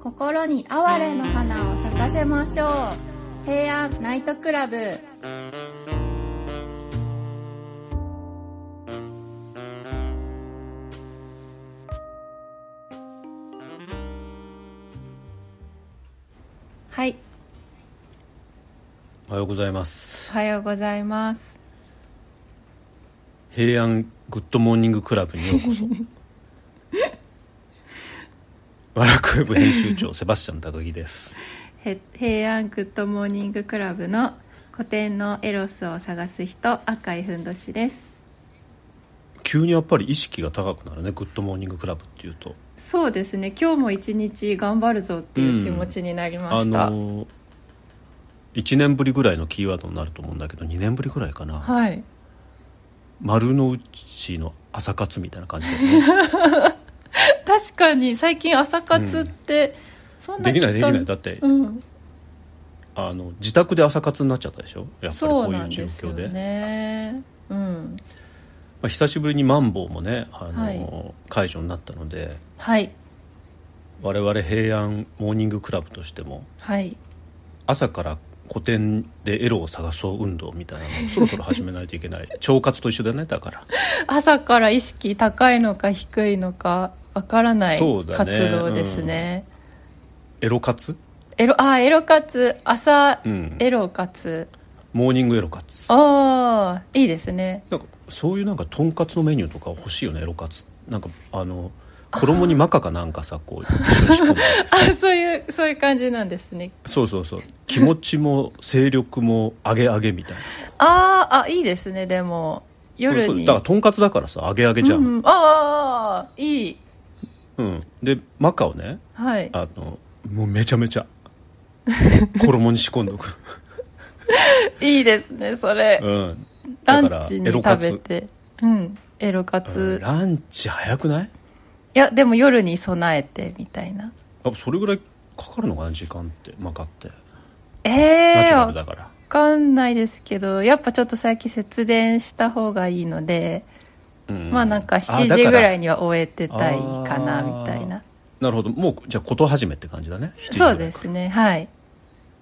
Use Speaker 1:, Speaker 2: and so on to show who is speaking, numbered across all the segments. Speaker 1: 心に哀れの花を咲かせましょう平安ナイトクラブ
Speaker 2: はい、
Speaker 3: おはようございます
Speaker 2: おはようございます。
Speaker 3: 平安グッドモーニングクラブにようこ そワラクウェブ編集長セバスチャン高木です
Speaker 2: へ平安グッドモーニングクラブの古典のエロスを探す人赤いふんどしです。
Speaker 3: 急にやっぱり意識が高くなるねグッドモーニングクラブっていうと
Speaker 2: そうですね。今日も一日頑張るぞっていう気持ちになりました。
Speaker 3: の1年ぶりぐらいのキーワードになると思うんだけど2年ぶりぐらいかな、
Speaker 2: はい。
Speaker 3: 丸の内の朝活みたいな感じだ よね
Speaker 2: 確かに最近朝活って、そんな
Speaker 3: できないできない
Speaker 2: 期間
Speaker 3: だって、
Speaker 2: うん。
Speaker 3: あの自宅で朝活になっちゃったでしょやっぱりこ
Speaker 2: そう
Speaker 3: う
Speaker 2: ない
Speaker 3: うん状
Speaker 2: ですよ
Speaker 3: 況で
Speaker 2: ね。うん。
Speaker 3: まあ、久しぶりにマンボウもねあの、
Speaker 2: はい
Speaker 3: 解除になったので
Speaker 2: はい
Speaker 3: 我々平安モーニングクラブとしても
Speaker 2: はい。
Speaker 3: 朝から古典でエロを探そう運動みたいな のをそろそろ始めないといけない腸活と一緒だねだから
Speaker 2: 朝から意識高いのか低いのかわからない
Speaker 3: そ
Speaker 2: 活
Speaker 3: うだね
Speaker 2: 動ですね。
Speaker 3: エロ活
Speaker 2: エロあエロ活朝
Speaker 3: うん
Speaker 2: エロ活、
Speaker 3: モーニングエロ活
Speaker 2: ああいいですね
Speaker 3: なんかそういうなんかとんかつのメニューとか欲しいよねエロ活なんかあの衣にマカかなんかさこう一緒に仕込む
Speaker 2: あそういうそういう感じなんですね
Speaker 3: そうそうそう気持ちも精力も上げ上げみたいな
Speaker 2: あーあいいですねでも夜
Speaker 3: そうそう
Speaker 2: に
Speaker 3: だからとんかつだからさ上げ上げじゃん、
Speaker 2: うん、ああいい
Speaker 3: うん、でマカをね
Speaker 2: はい
Speaker 3: あのもうめちゃめ ちゃ衣に仕込んどく、
Speaker 2: いいですねそれ、
Speaker 3: うん、
Speaker 2: ラ
Speaker 3: だか
Speaker 2: ン
Speaker 3: ら
Speaker 2: チに
Speaker 3: エロ
Speaker 2: 食
Speaker 3: 活
Speaker 2: べてうんエロ
Speaker 3: うん
Speaker 2: 活、い
Speaker 3: ランチ早くない
Speaker 2: やでも夜に備えてみたいな
Speaker 3: やっぱそれぐらいかかるのかな時間ってマカってナ
Speaker 2: ええ
Speaker 3: チュラル
Speaker 2: わ
Speaker 3: だから
Speaker 2: かんないですけどやっぱちょっと最近節電した方がいいので
Speaker 3: うん
Speaker 2: まあなんか
Speaker 3: あ
Speaker 2: 7
Speaker 3: だ
Speaker 2: 時
Speaker 3: ら
Speaker 2: ぐらいには終えてたいかな
Speaker 3: あー
Speaker 2: みたいな
Speaker 3: なるほどもうじゃあ事始めって感じだね7時ぐら
Speaker 2: そ
Speaker 3: いう
Speaker 2: ですねはい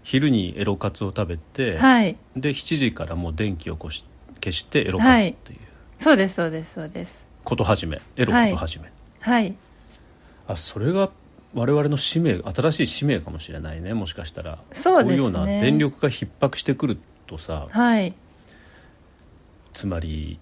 Speaker 3: 昼にエロカツを食べて、
Speaker 2: はい
Speaker 3: で7時からもう電気をこし消してエロカツっていう、
Speaker 2: そうですそうですそうです
Speaker 3: こと始めエロこと始め、
Speaker 2: はい
Speaker 3: あそれが我々の使命新しい使命かもしれないねもしかしたら
Speaker 2: そうですね
Speaker 3: こういうような電力が逼迫してくるとさ
Speaker 2: はい
Speaker 3: つまり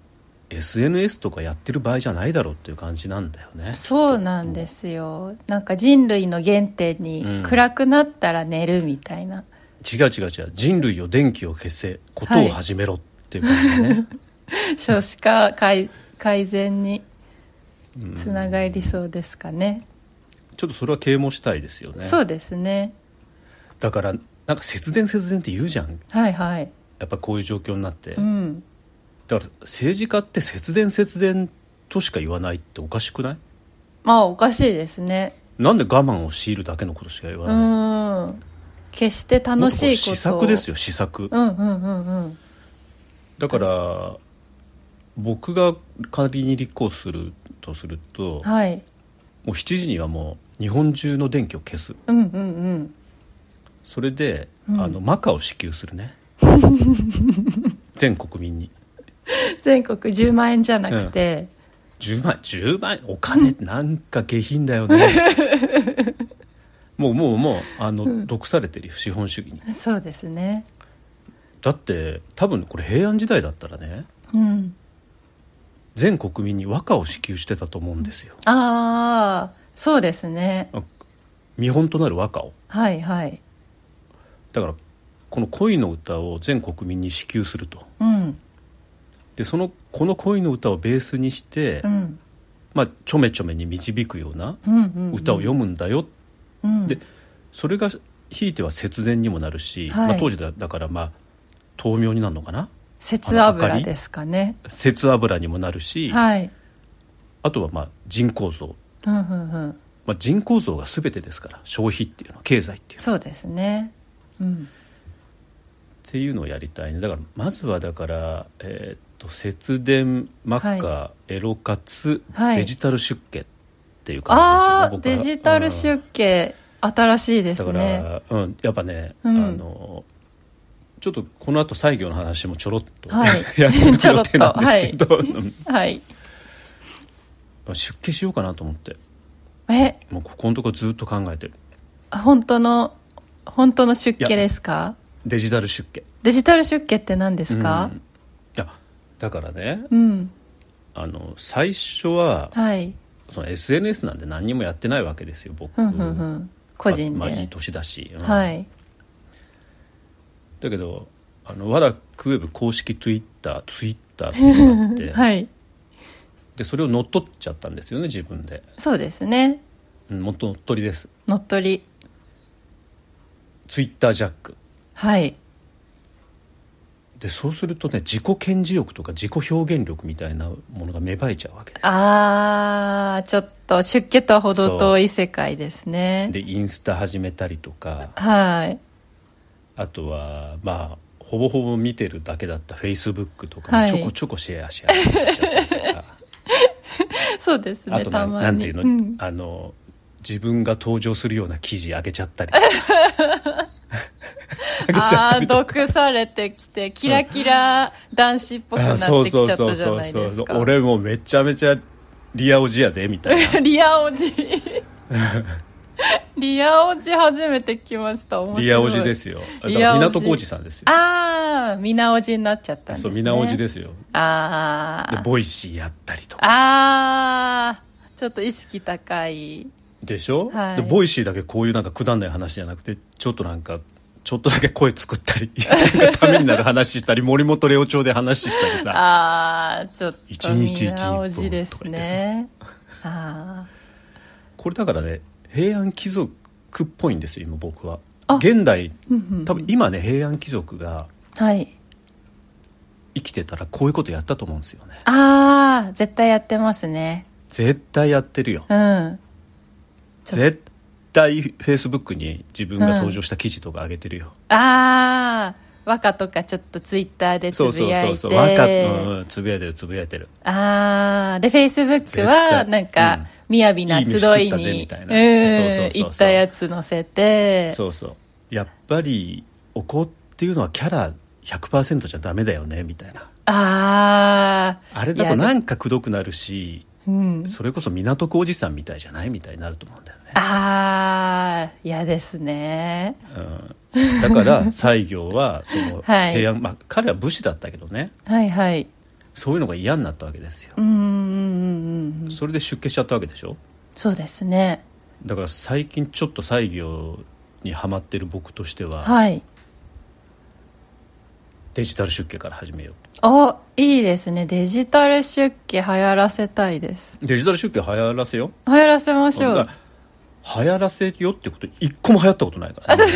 Speaker 3: SNS とかやってる場合じゃないだろうっていう感じなんだよね
Speaker 2: そうなんですよなんか人類の原点
Speaker 3: うん
Speaker 2: に暗くなったら寝るみたいな、
Speaker 3: 違う違う違う人類を電気を消せことを始めろっていう感じだね、
Speaker 2: 少子化改改善につながりそうですかね、
Speaker 3: ちょっとそれは啓蒙したいですよね
Speaker 2: そうですね
Speaker 3: だからなんか節電節電って言うじゃん
Speaker 2: はいはい
Speaker 3: やっぱこういう状況になって、
Speaker 2: うん
Speaker 3: だから政治家って節電節電としか言わないっておかしくない
Speaker 2: まあおかしいですね
Speaker 3: なんで我慢を強いるだけのことしか言わ
Speaker 2: う
Speaker 3: ない、
Speaker 2: ん決して楽しいこと
Speaker 3: 施策ですよ施策
Speaker 2: うんうんうんうん
Speaker 3: だから僕が仮に立候補するとすると
Speaker 2: はい
Speaker 3: もう7時にはもう日本中の電気を消す
Speaker 2: うんうんうん
Speaker 3: それで、あのマカを支給するね全国民に
Speaker 2: 全国10万円じゃなくて、
Speaker 3: 10万円10万円お金なんか下品だよ ねもうもうもうあの、毒されてるよ資本主義に
Speaker 2: そうですね
Speaker 3: だって多分これ平安時代だったらね
Speaker 2: うん
Speaker 3: 全国民に和歌を支給してたと思うんですよ
Speaker 2: ああそうですね
Speaker 3: あ見本となる和歌を
Speaker 2: はいはい
Speaker 3: だからこの恋の歌を全国民に支給すると
Speaker 2: うん
Speaker 3: でそのこの恋の歌をベースにして、
Speaker 2: うん
Speaker 3: まあ、ちょめちょめに導くような
Speaker 2: うんうん
Speaker 3: 歌を読むんだよ、
Speaker 2: うん
Speaker 3: でそれがひいては節電にもなるし、
Speaker 2: はい
Speaker 3: まあ、当時だだからまあ豆苗になるのかな
Speaker 2: 節油ですかね
Speaker 3: 節油にもなるし、
Speaker 2: はい
Speaker 3: あとはまあ人口増、
Speaker 2: うんうんうん
Speaker 3: まあ、人口増が全てですから消費っていうのは経済っていうのは
Speaker 2: そうですねうん
Speaker 3: っていうのをやりたいねだからまずはだから、えーっと節電マッカー、エロ活、
Speaker 2: はい
Speaker 3: デジタル出家っていう感じですよね
Speaker 2: ああ
Speaker 3: 僕は
Speaker 2: デジタル出家新しいで
Speaker 3: だ
Speaker 2: す
Speaker 3: か
Speaker 2: ね
Speaker 3: ら、うん、やっぱね、
Speaker 2: うん
Speaker 3: あのちょっとこの後西行の話もちょろっと、
Speaker 2: はい
Speaker 3: やっていく予定なんですけど、
Speaker 2: はい
Speaker 3: 出家しようかなと思って
Speaker 2: え
Speaker 3: もうここのとこずっと考えてる
Speaker 2: 本当の本当の出家ですか
Speaker 3: デジタル出家
Speaker 2: デジタル出家って何ですか
Speaker 3: うんいやだからね
Speaker 2: うん、
Speaker 3: あの最初は
Speaker 2: はい
Speaker 3: その SNS なんで何にもやってないわけですよ僕
Speaker 2: ふんふんふん個人で、
Speaker 3: まあ、まあいい年だし、うん
Speaker 2: はい
Speaker 3: だけどあのワラクウェブ公式ツイッターツイッターっていうのがあって、
Speaker 2: はい
Speaker 3: でそれを乗っ取っちゃったんですよね自分で、
Speaker 2: そうですね
Speaker 3: うん、もっと乗っ取りです
Speaker 2: 乗っ取り
Speaker 3: ツイッタージャック
Speaker 2: はい
Speaker 3: でそうするとね自己顕示欲とか自己表現力みたいなものが芽生えちゃうわけです
Speaker 2: あーちょっと出家とは程遠い世界ですね
Speaker 3: でインスタ始めたりとか
Speaker 2: はい
Speaker 3: あとはまあほぼほぼ見てるだけだったフェイスブックとか
Speaker 2: は
Speaker 3: も
Speaker 2: い
Speaker 3: ちょこちょこシェアし合ったりしちゃったりとか、
Speaker 2: そうです
Speaker 3: あ
Speaker 2: ね
Speaker 3: と
Speaker 2: た
Speaker 3: な
Speaker 2: まに
Speaker 3: なんていうの,、
Speaker 2: ん
Speaker 3: あの自分が登場するような記事上げちゃった りとか上げちゃっ
Speaker 2: あ
Speaker 3: た
Speaker 2: あ
Speaker 3: り
Speaker 2: ー
Speaker 3: とか
Speaker 2: 毒されてきてキラキラ男子っぽくなってきちゃったじゃないですか
Speaker 3: 俺もうめちゃめちゃリアおじやでみたいな
Speaker 2: リアおじ リアおじ初めて来ました面白い
Speaker 3: リアおじですよだから
Speaker 2: リアおじ
Speaker 3: 港区おじさんですよ
Speaker 2: ああみなおじになっちゃったんです、
Speaker 3: そう
Speaker 2: ね、
Speaker 3: みなおじですすよ
Speaker 2: あ
Speaker 3: で
Speaker 2: あ
Speaker 3: ボイシーやったりとかさ
Speaker 2: ああちょっと意識高い
Speaker 3: でしょ、
Speaker 2: はい
Speaker 3: でボイシーだけこういうなんかくだんない話じゃなくてちょっとなんかちょっとだけ声作ったり なんかためになる話したり森本レオ調で話したりさ
Speaker 2: ああちょっ
Speaker 3: 一
Speaker 2: とみ
Speaker 3: 日一
Speaker 2: なおじです
Speaker 3: 一本とか言ってさ
Speaker 2: ねあ
Speaker 3: これだからね平安貴族っぽいんですよ今僕は
Speaker 2: あ
Speaker 3: 現代
Speaker 2: うんうん
Speaker 3: 多分今ね平安貴族が
Speaker 2: あはい
Speaker 3: 生きてたらこういうことやったと思うんですよね
Speaker 2: ああ絶対やってますね
Speaker 3: 絶対やってるよ
Speaker 2: うんちょ
Speaker 3: 絶対フェイスブックに自分が登場した記事とか上げてるよ、
Speaker 2: ああ和歌とかちょっとツイッターでつ
Speaker 3: そう
Speaker 2: ぶ
Speaker 3: そう
Speaker 2: やい
Speaker 3: そ
Speaker 2: て
Speaker 3: うそうわかうんうんつぶやいてるつぶやいてる
Speaker 2: ああでフェイスブック
Speaker 3: 絶
Speaker 2: は
Speaker 3: 対
Speaker 2: なんか雅な集
Speaker 3: いい飯食っ
Speaker 2: い
Speaker 3: たぜみ
Speaker 2: に
Speaker 3: たいな
Speaker 2: うん
Speaker 3: そうそうそうそう
Speaker 2: 行ったやつ載せて
Speaker 3: そうそうやっぱりお香っていうのはキャラ100%じゃダメだよねみたいな
Speaker 2: ああ
Speaker 3: あれだとなんかくどくなるし
Speaker 2: うん
Speaker 3: それこそ港区おじさんみたいじゃないみたいになると思うんだよね、
Speaker 2: ああ嫌ですね
Speaker 3: うん、だから西行はその
Speaker 2: はい
Speaker 3: 平安、まあ彼は武士だったけどね
Speaker 2: はいはい
Speaker 3: そういうのが嫌になったわけですよ
Speaker 2: う、んうんうんうん
Speaker 3: それで出家しちゃったわけでしょ
Speaker 2: そうですね
Speaker 3: だから最近ちょっと西行にハマってる僕としては、
Speaker 2: はい
Speaker 3: デジタル出家から始めよう
Speaker 2: あいいですねデジタル出家流行らせたいです
Speaker 3: デジタル出家流行らせよ
Speaker 2: 流行らせましょ
Speaker 3: だ
Speaker 2: う
Speaker 3: から流行らせよってこと一個も流行ったことないからね、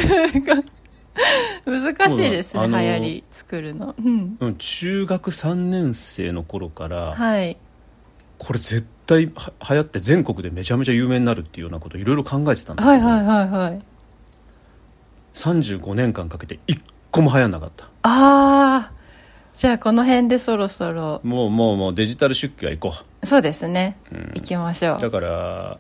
Speaker 2: 難しいです
Speaker 3: そ
Speaker 2: ね
Speaker 3: う
Speaker 2: 流
Speaker 3: だあの
Speaker 2: 行り作るのうん
Speaker 3: うん、中学3年生の頃から、
Speaker 2: はい
Speaker 3: これ絶対は流行って全国でめちゃめちゃ有名になるっていうようなこといろいろ考えてたんだけど、
Speaker 2: はいはいはいはい
Speaker 3: 35年間かけて一個も流行んなかった
Speaker 2: ああじゃあこの辺でそろそろ
Speaker 3: もうもうもうデジタル出家は行こ
Speaker 2: そうですね、行きましょ
Speaker 3: うだ
Speaker 2: う
Speaker 3: から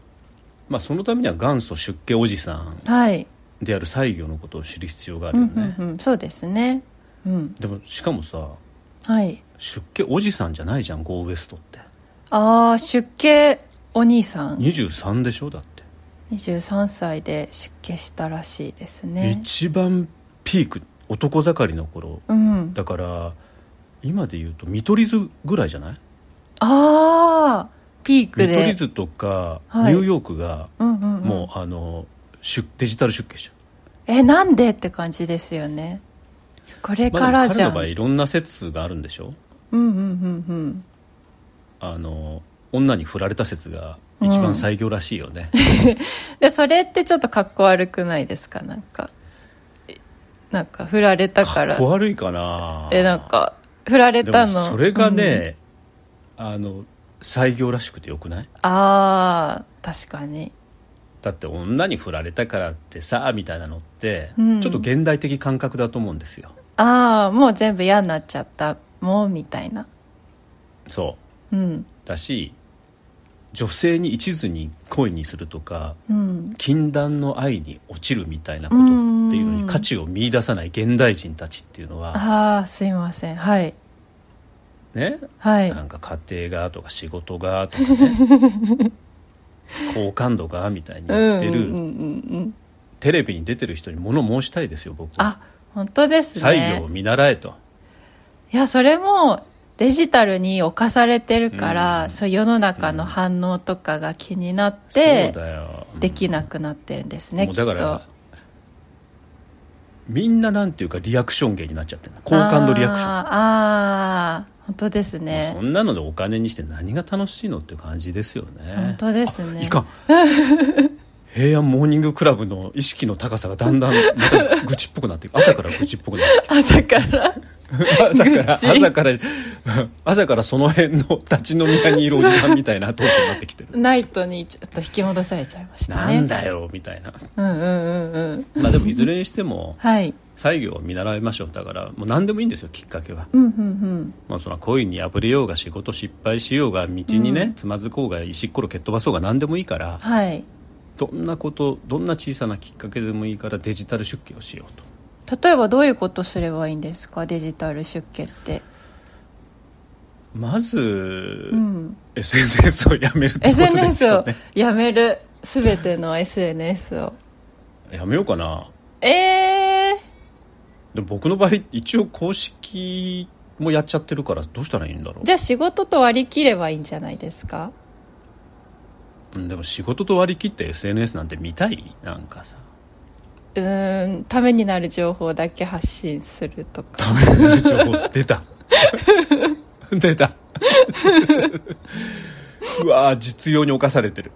Speaker 3: まあそのためには元祖出家おじさん
Speaker 2: はい、
Speaker 3: である西行のことを知る必要があ
Speaker 2: う
Speaker 3: る
Speaker 2: ん
Speaker 3: よ
Speaker 2: う
Speaker 3: ね、
Speaker 2: んうん、そうですねうん
Speaker 3: でもしかもさ
Speaker 2: はい
Speaker 3: 出家おじさんじゃないじゃんゴーウエストって
Speaker 2: ああ出家お兄さん
Speaker 3: 23でしょだって、
Speaker 2: 23歳で出家したらしいですね
Speaker 3: 一番ピーク男盛りの頃
Speaker 2: うん
Speaker 3: だから今で言うと見取り図ぐらいじゃない
Speaker 2: ああピーク
Speaker 3: 見取り
Speaker 2: で
Speaker 3: 図とか、
Speaker 2: はい
Speaker 3: ニューヨークが
Speaker 2: うんうんうん
Speaker 3: もう、あの出デジタル出家しちゃ
Speaker 2: えなんでって感じですよねこれ
Speaker 3: う、ま
Speaker 2: か
Speaker 3: あでも
Speaker 2: らじ
Speaker 3: 彼
Speaker 2: ゃ
Speaker 3: の
Speaker 2: ん、
Speaker 3: 場合いろんな説があるんでしょ
Speaker 2: うんうんうんうん
Speaker 3: あの女に振られた説が一番最強らしいよね、
Speaker 2: でそれってちょっとかっこ悪くないですかなんかえなんか振られた
Speaker 3: か
Speaker 2: か
Speaker 3: っ
Speaker 2: ら
Speaker 3: こ悪いかな
Speaker 2: えなんか振られ
Speaker 3: でも
Speaker 2: たの
Speaker 3: それが、ね、あの採用らしくてよくない
Speaker 2: うんああ確かに
Speaker 3: だって女に振られたからってさみたいなのって、
Speaker 2: うん
Speaker 3: ちょっと現代的感覚だと思うんですよ
Speaker 2: ああもう全部嫌になっちゃったもうみたいな
Speaker 3: そ
Speaker 2: うん
Speaker 3: うだし女性に一途に恋にするとか
Speaker 2: うん
Speaker 3: 禁断の愛に落ちるみたいなことっていうのに価値を見出さない現代人たちっていうのは、
Speaker 2: ああすいませんはい
Speaker 3: ね、
Speaker 2: はい
Speaker 3: なんか家庭がとか仕事がとかね 好感度がみたいに言ってる、
Speaker 2: うんうんうんうん
Speaker 3: テレビに出てる人に物申したいですよ僕は
Speaker 2: あ本当です
Speaker 3: 採
Speaker 2: ね
Speaker 3: 用を見習えと
Speaker 2: いやそれもデジタルに侵されてるから、
Speaker 3: うん
Speaker 2: そう世の中の反応とかが気になっ
Speaker 3: そう
Speaker 2: て、
Speaker 3: だよ
Speaker 2: できなくなってるんですね
Speaker 3: もう
Speaker 2: き
Speaker 3: だ
Speaker 2: っと
Speaker 3: からみんななんていうかリアクション芸になっちゃってる好感度リアクション
Speaker 2: あーあー本当ですね
Speaker 3: そんなのでお金にして何が楽しいのっていう感じですよね
Speaker 2: 本当ですね
Speaker 3: いかん平安モーニングクラブの意識の高さがだんだ んまた愚痴っぽくなっていく朝から愚痴っぽくなっていく
Speaker 2: 朝から
Speaker 3: 朝から
Speaker 2: 愚痴
Speaker 3: 朝から朝からその辺の立ち飲み屋にいるおじさんみたいなトークになってきてる、
Speaker 2: ナイトにちょっと引き戻されちゃいました
Speaker 3: な
Speaker 2: ね
Speaker 3: んだよみたいな
Speaker 2: うんうんうんうん
Speaker 3: まあでもいずれにしても
Speaker 2: はい
Speaker 3: 採業を見習いましょうだからもう何でもいいんですよきっかけは、
Speaker 2: うんうんうん
Speaker 3: まあ、その恋に破れようが仕事失敗しようが道にね、つまずこうが石っころ蹴っ飛ばそうが何でもいいから
Speaker 2: はい
Speaker 3: どんなことどんな小さなきっかけでもいいからデジタル出家をしようと
Speaker 2: 例えばどういうことすればいいんですかデジタル出家って
Speaker 3: まず、
Speaker 2: うん、
Speaker 3: SNS をやめるってことです
Speaker 2: SNS
Speaker 3: よ
Speaker 2: を
Speaker 3: ね
Speaker 2: やめる全ての SNS を
Speaker 3: やめようかな
Speaker 2: ええ
Speaker 3: でも僕の場合一応公式もやっちゃってるからどうしたらいいんだろ
Speaker 2: じゃあ仕事と割り切ればいいんじゃないですか
Speaker 3: う、うん、でも仕事と割り切って SNS なんて見たいなんかさ
Speaker 2: うーんためになる情報だけ発信するとか
Speaker 3: ダメな情報出た 出た うわー実用に侵されてる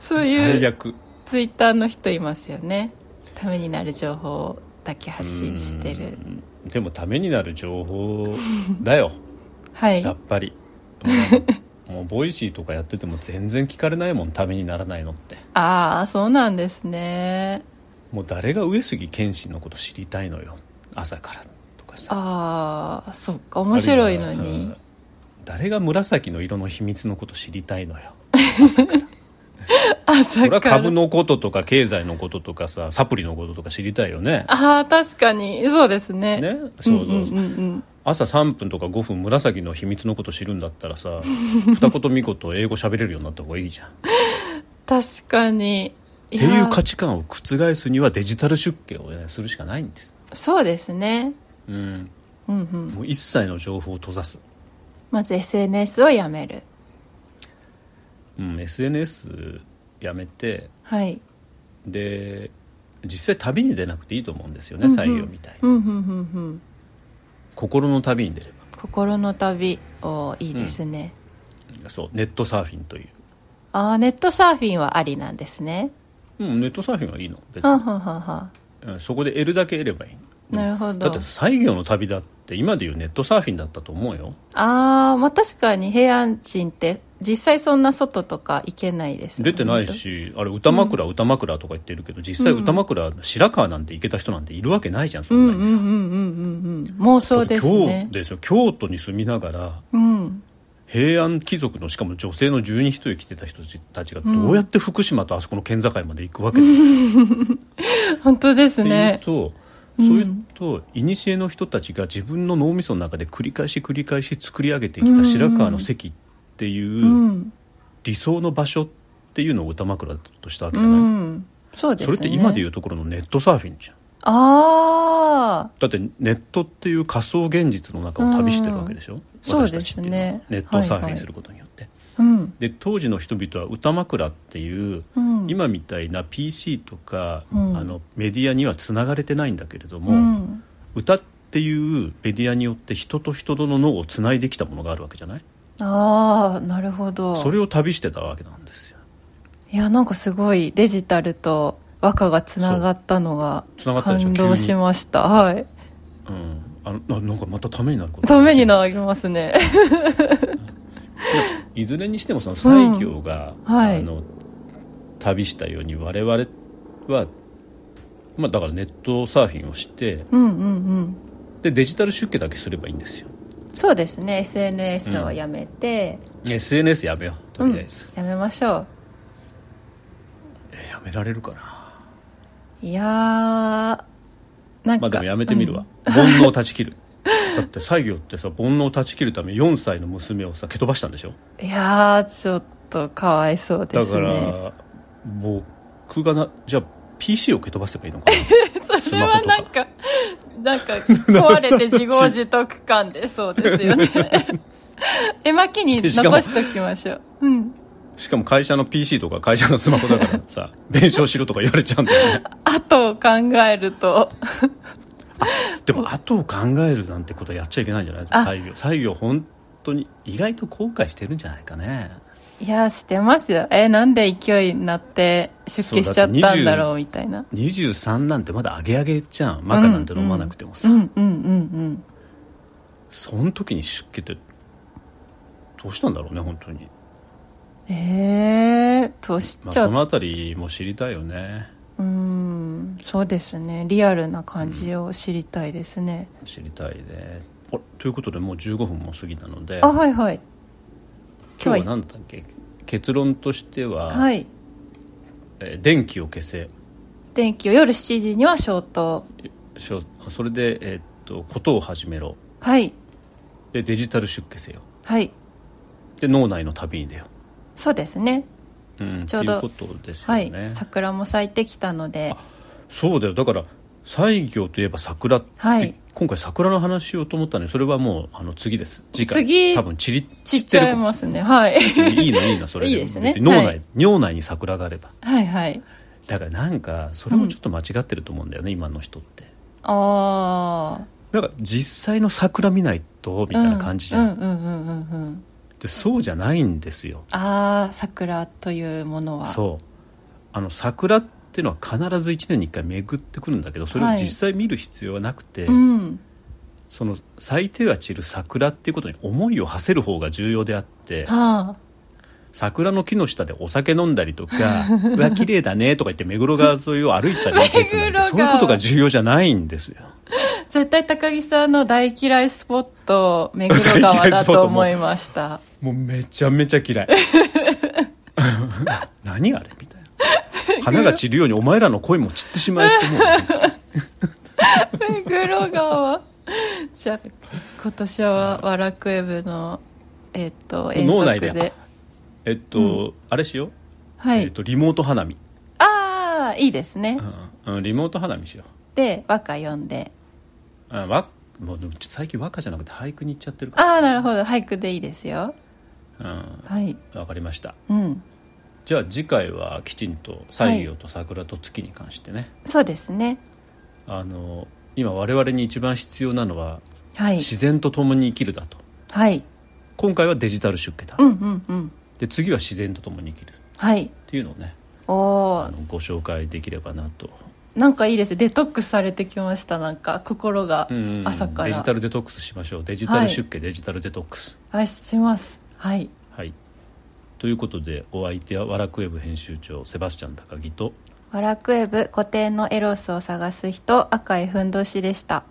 Speaker 2: そうい
Speaker 3: 最
Speaker 2: う
Speaker 3: 悪
Speaker 2: ツイッターの人いますよねためになる情報だけ発信してる
Speaker 3: でもためになる情報だよ
Speaker 2: はい
Speaker 3: やっぱりうんもうボイシーとかやってても全然聞かれないもんためにならないのって
Speaker 2: ああそうなんですね
Speaker 3: もう誰が上杉謙信のこと知りたいのよ朝からとかさ
Speaker 2: ああそっか面白いの
Speaker 3: あるいはう
Speaker 2: に
Speaker 3: ん誰が紫の色の秘密のこと知りたいのよそ
Speaker 2: 朝
Speaker 3: れは
Speaker 2: から
Speaker 3: 株のこととか経済のこととかさサプリのこととか知りたいよね
Speaker 2: ああ確かにそうですね
Speaker 3: ねそうそう
Speaker 2: うんうんうん
Speaker 3: 朝3分とか5分紫の秘密のこと知るんだったらさ二言三言英語喋れるようになった方がいいじゃんっ
Speaker 2: 確かにって
Speaker 3: ていう価値観を覆すにはデジタル出家を、ね、するしかないんです
Speaker 2: そうですね
Speaker 3: うん
Speaker 2: うんうん
Speaker 3: もう一切の情報を閉ざす
Speaker 2: まず SNS をやめる
Speaker 3: うん、SNS やめて
Speaker 2: はい
Speaker 3: で実際旅に出なくていいと思うんですよね採用みたいに、
Speaker 2: うんうんうんうん
Speaker 3: 心の旅に出れ
Speaker 2: 心の旅をいいですね、
Speaker 3: ばそうネットサーフィンという、
Speaker 2: ああネットサーフィンはありなんですね
Speaker 3: うん、ネットサーフィンはいいの別
Speaker 2: は
Speaker 3: に
Speaker 2: ん、はんはんはん
Speaker 3: うん、そこで L だけ得ればいい
Speaker 2: なるほ
Speaker 3: だ
Speaker 2: ど
Speaker 3: って採業の旅だって今でいうネットサーフィンだったと思うよ
Speaker 2: ああまあ確かに平安人って実際そんな外とか行けないですもんね
Speaker 3: 出てないしあれ歌枕歌枕とか言ってるけど実際歌枕白川なんて行けた人なんているわけないじゃんそ
Speaker 2: う
Speaker 3: ん
Speaker 2: んう
Speaker 3: なんに
Speaker 2: う
Speaker 3: さ、
Speaker 2: んうんうんうん妄想です
Speaker 3: 京
Speaker 2: ね
Speaker 3: ですよ京都に住みながら
Speaker 2: うん
Speaker 3: 平安貴族のしかも女性の十二人生きてた人たちがどうやって福島とあそこの県境まで行くわけだって
Speaker 2: 本当です
Speaker 3: いう
Speaker 2: ね
Speaker 3: と、そういうと古の人たちが自分の脳みその中で繰り返し繰り返し作り上げてきた白川の関って
Speaker 2: う
Speaker 3: いうん理想の場所っていうのを歌枕だとしたわけ
Speaker 2: う
Speaker 3: じゃない、
Speaker 2: んそうです
Speaker 3: そ
Speaker 2: ね
Speaker 3: れって今でいうところのネットサーフィンじゃん
Speaker 2: ああ
Speaker 3: だってネットっていう仮想現実の中を旅してるわけでしょ、
Speaker 2: そう
Speaker 3: 私たちっていうのは
Speaker 2: そうですね
Speaker 3: ネットサーフィンすることによって。
Speaker 2: うん
Speaker 3: で当時の人々は歌枕っていう、
Speaker 2: うん
Speaker 3: 今みたいな PC とか、
Speaker 2: うん
Speaker 3: あのメディアにはつながれてないんだけれども、
Speaker 2: うん
Speaker 3: 歌っていうメディアによって人と人との脳をつないできたものがあるわけじゃない
Speaker 2: ああなるほど
Speaker 3: それを旅してたわけなんですよ
Speaker 2: いやなんかすごいデジタルと和歌がつながったのが
Speaker 3: そう繋がったでしょ
Speaker 2: 感動しましたは
Speaker 3: う
Speaker 2: い
Speaker 3: んあのななんかまたためになること
Speaker 2: ためになりますね
Speaker 3: いずれにしてもその西行が、
Speaker 2: うんはい
Speaker 3: あの旅したように我々は、まあ、だからネットサーフィンをして
Speaker 2: うんうんうん
Speaker 3: でデジタル出家だけすればいいんですよ
Speaker 2: そうですね SNS をやめて、
Speaker 3: SNS やめようとりあえず、
Speaker 2: やめましょ
Speaker 3: えやめられるかな
Speaker 2: ういやーなん
Speaker 3: ま
Speaker 2: か、
Speaker 3: あでもやめてみるわ、煩悩を断ち切るだって作業ってさ煩悩を断ち切るため4歳の娘をさ蹴飛ばしたんでしょ
Speaker 2: いやーちょっとかわいそうで
Speaker 3: だ
Speaker 2: す
Speaker 3: か
Speaker 2: ね
Speaker 3: ら僕がなじゃあ PC を蹴飛ばせばいいのかな
Speaker 2: それはなんかなんか壊れて自業自得感出そうです よね絵巻に残しときましょううん
Speaker 3: しかも会社の PC とか会社のスマホだから さ弁償しろとか言われちゃうんだよね
Speaker 2: 後を考えると
Speaker 3: でも後を考えるなんてことはやっちゃいけないんじゃないですか
Speaker 2: あ
Speaker 3: 作業作業本当に意外と後悔してるんじゃないかね
Speaker 2: いやしてますよえなんで勢いになって出家しちゃったんだろうみたいな
Speaker 3: 23なんてまだアゲアゲじゃんマカなんて飲まなくてもさ、
Speaker 2: うんうんうんうん
Speaker 3: その時に出家ってどうしたんだろうね本当に、
Speaker 2: ええ年
Speaker 3: まあ、
Speaker 2: ちゃ
Speaker 3: そうの辺りも知りたいよね
Speaker 2: うんそうですねリアルな感じを知りたいですね、
Speaker 3: 知りたいでほらということでもう15分も過ぎたので
Speaker 2: あはいはい
Speaker 3: 今日は何だったっけ結論としては、
Speaker 2: はい
Speaker 3: えー電気を消せ
Speaker 2: 電気を夜7時には消灯
Speaker 3: しょそれで、えーっとことを始めろ
Speaker 2: はい
Speaker 3: でデジタル出家せよ
Speaker 2: はい
Speaker 3: で脳内の旅に出よ
Speaker 2: そうですね
Speaker 3: う、うん、
Speaker 2: ちょうど
Speaker 3: っていうことですよ
Speaker 2: はい
Speaker 3: ね、
Speaker 2: 桜も咲いてきたので
Speaker 3: そうだよだから西行といえば桜って、
Speaker 2: はい
Speaker 3: 今回桜の話しようと思ったのにそれはもうあの次です次回
Speaker 2: 次
Speaker 3: 多分散り
Speaker 2: ちっ
Speaker 3: 散っ
Speaker 2: ち
Speaker 3: てる
Speaker 2: ゃ
Speaker 3: か
Speaker 2: い
Speaker 3: も
Speaker 2: ま
Speaker 3: し
Speaker 2: すねはい
Speaker 3: れないいいのいいのそれ
Speaker 2: いいですね
Speaker 3: 別に脳内、
Speaker 2: はい
Speaker 3: 脳内に桜があれば
Speaker 2: はい はい
Speaker 3: だからなんかそれもちょっと間違ってると思うんだよね、今の人って
Speaker 2: ああ
Speaker 3: だから実際の桜見ないとみたいな感じじゃん、
Speaker 2: うんうんうんうんうんうん
Speaker 3: でそうじゃないんですよ
Speaker 2: ああ桜というものは
Speaker 3: そうあの桜ってのは必ず1年に1回巡ってくるんだけどそれを
Speaker 2: はい
Speaker 3: 実際見る必要はなくて、
Speaker 2: うん
Speaker 3: その咲いては散る桜っていうことに思いを馳せる方が重要であって
Speaker 2: は
Speaker 3: 桜の木の下でお酒飲んだりと か「うわ綺麗だね」とか言って目黒川沿いを歩いたり手つないで
Speaker 2: 目黒川
Speaker 3: そういうことが重要じゃないんですよ
Speaker 2: あ絶対高木さんの大嫌いスポット目黒川だと思いました
Speaker 3: もうめちゃめちゃ嫌い 何あれみたいな花が散るようにお前らの恋も散ってしまえって思う
Speaker 2: 目黒川じゃあ今年はワラクエブのえっ、と遠
Speaker 3: 脳内で
Speaker 2: 足で
Speaker 3: えっと、あれしよう、
Speaker 2: はい、
Speaker 3: えっと、リモート花見、
Speaker 2: ああいいですね、
Speaker 3: うんうん、リモート花見しよ
Speaker 2: で和歌読んで
Speaker 3: う、うん、わもうでもちょっと最近和歌じゃなくて俳句に行っちゃってるか
Speaker 2: ああなるほど俳句でいいですよ
Speaker 3: らうん
Speaker 2: はい
Speaker 3: わかりました
Speaker 2: うん
Speaker 3: じゃあ次回はきちんと西行と桜と月に関してね、
Speaker 2: そうですね
Speaker 3: あの今我々に一番必要なのは
Speaker 2: はい
Speaker 3: 自然と共に生きるだと
Speaker 2: はい
Speaker 3: 今回はデジタル出家だ、
Speaker 2: うんうんうん
Speaker 3: で次は自然と共に生きるっ
Speaker 2: はい
Speaker 3: ていうのをね
Speaker 2: お
Speaker 3: あ
Speaker 2: お
Speaker 3: のご紹介できればなと、
Speaker 2: なんかいいですデトックスされてきましたなんか心が
Speaker 3: うん
Speaker 2: 朝から、
Speaker 3: デジタルデトックスしましょうデジタル出家、デジタルデトックス
Speaker 2: はいしますはい
Speaker 3: はいということでお相手はワラクウェブ編集長セバスチャン高木と
Speaker 2: ワラクエブ固定のエロスを探す人赤いふんどしでした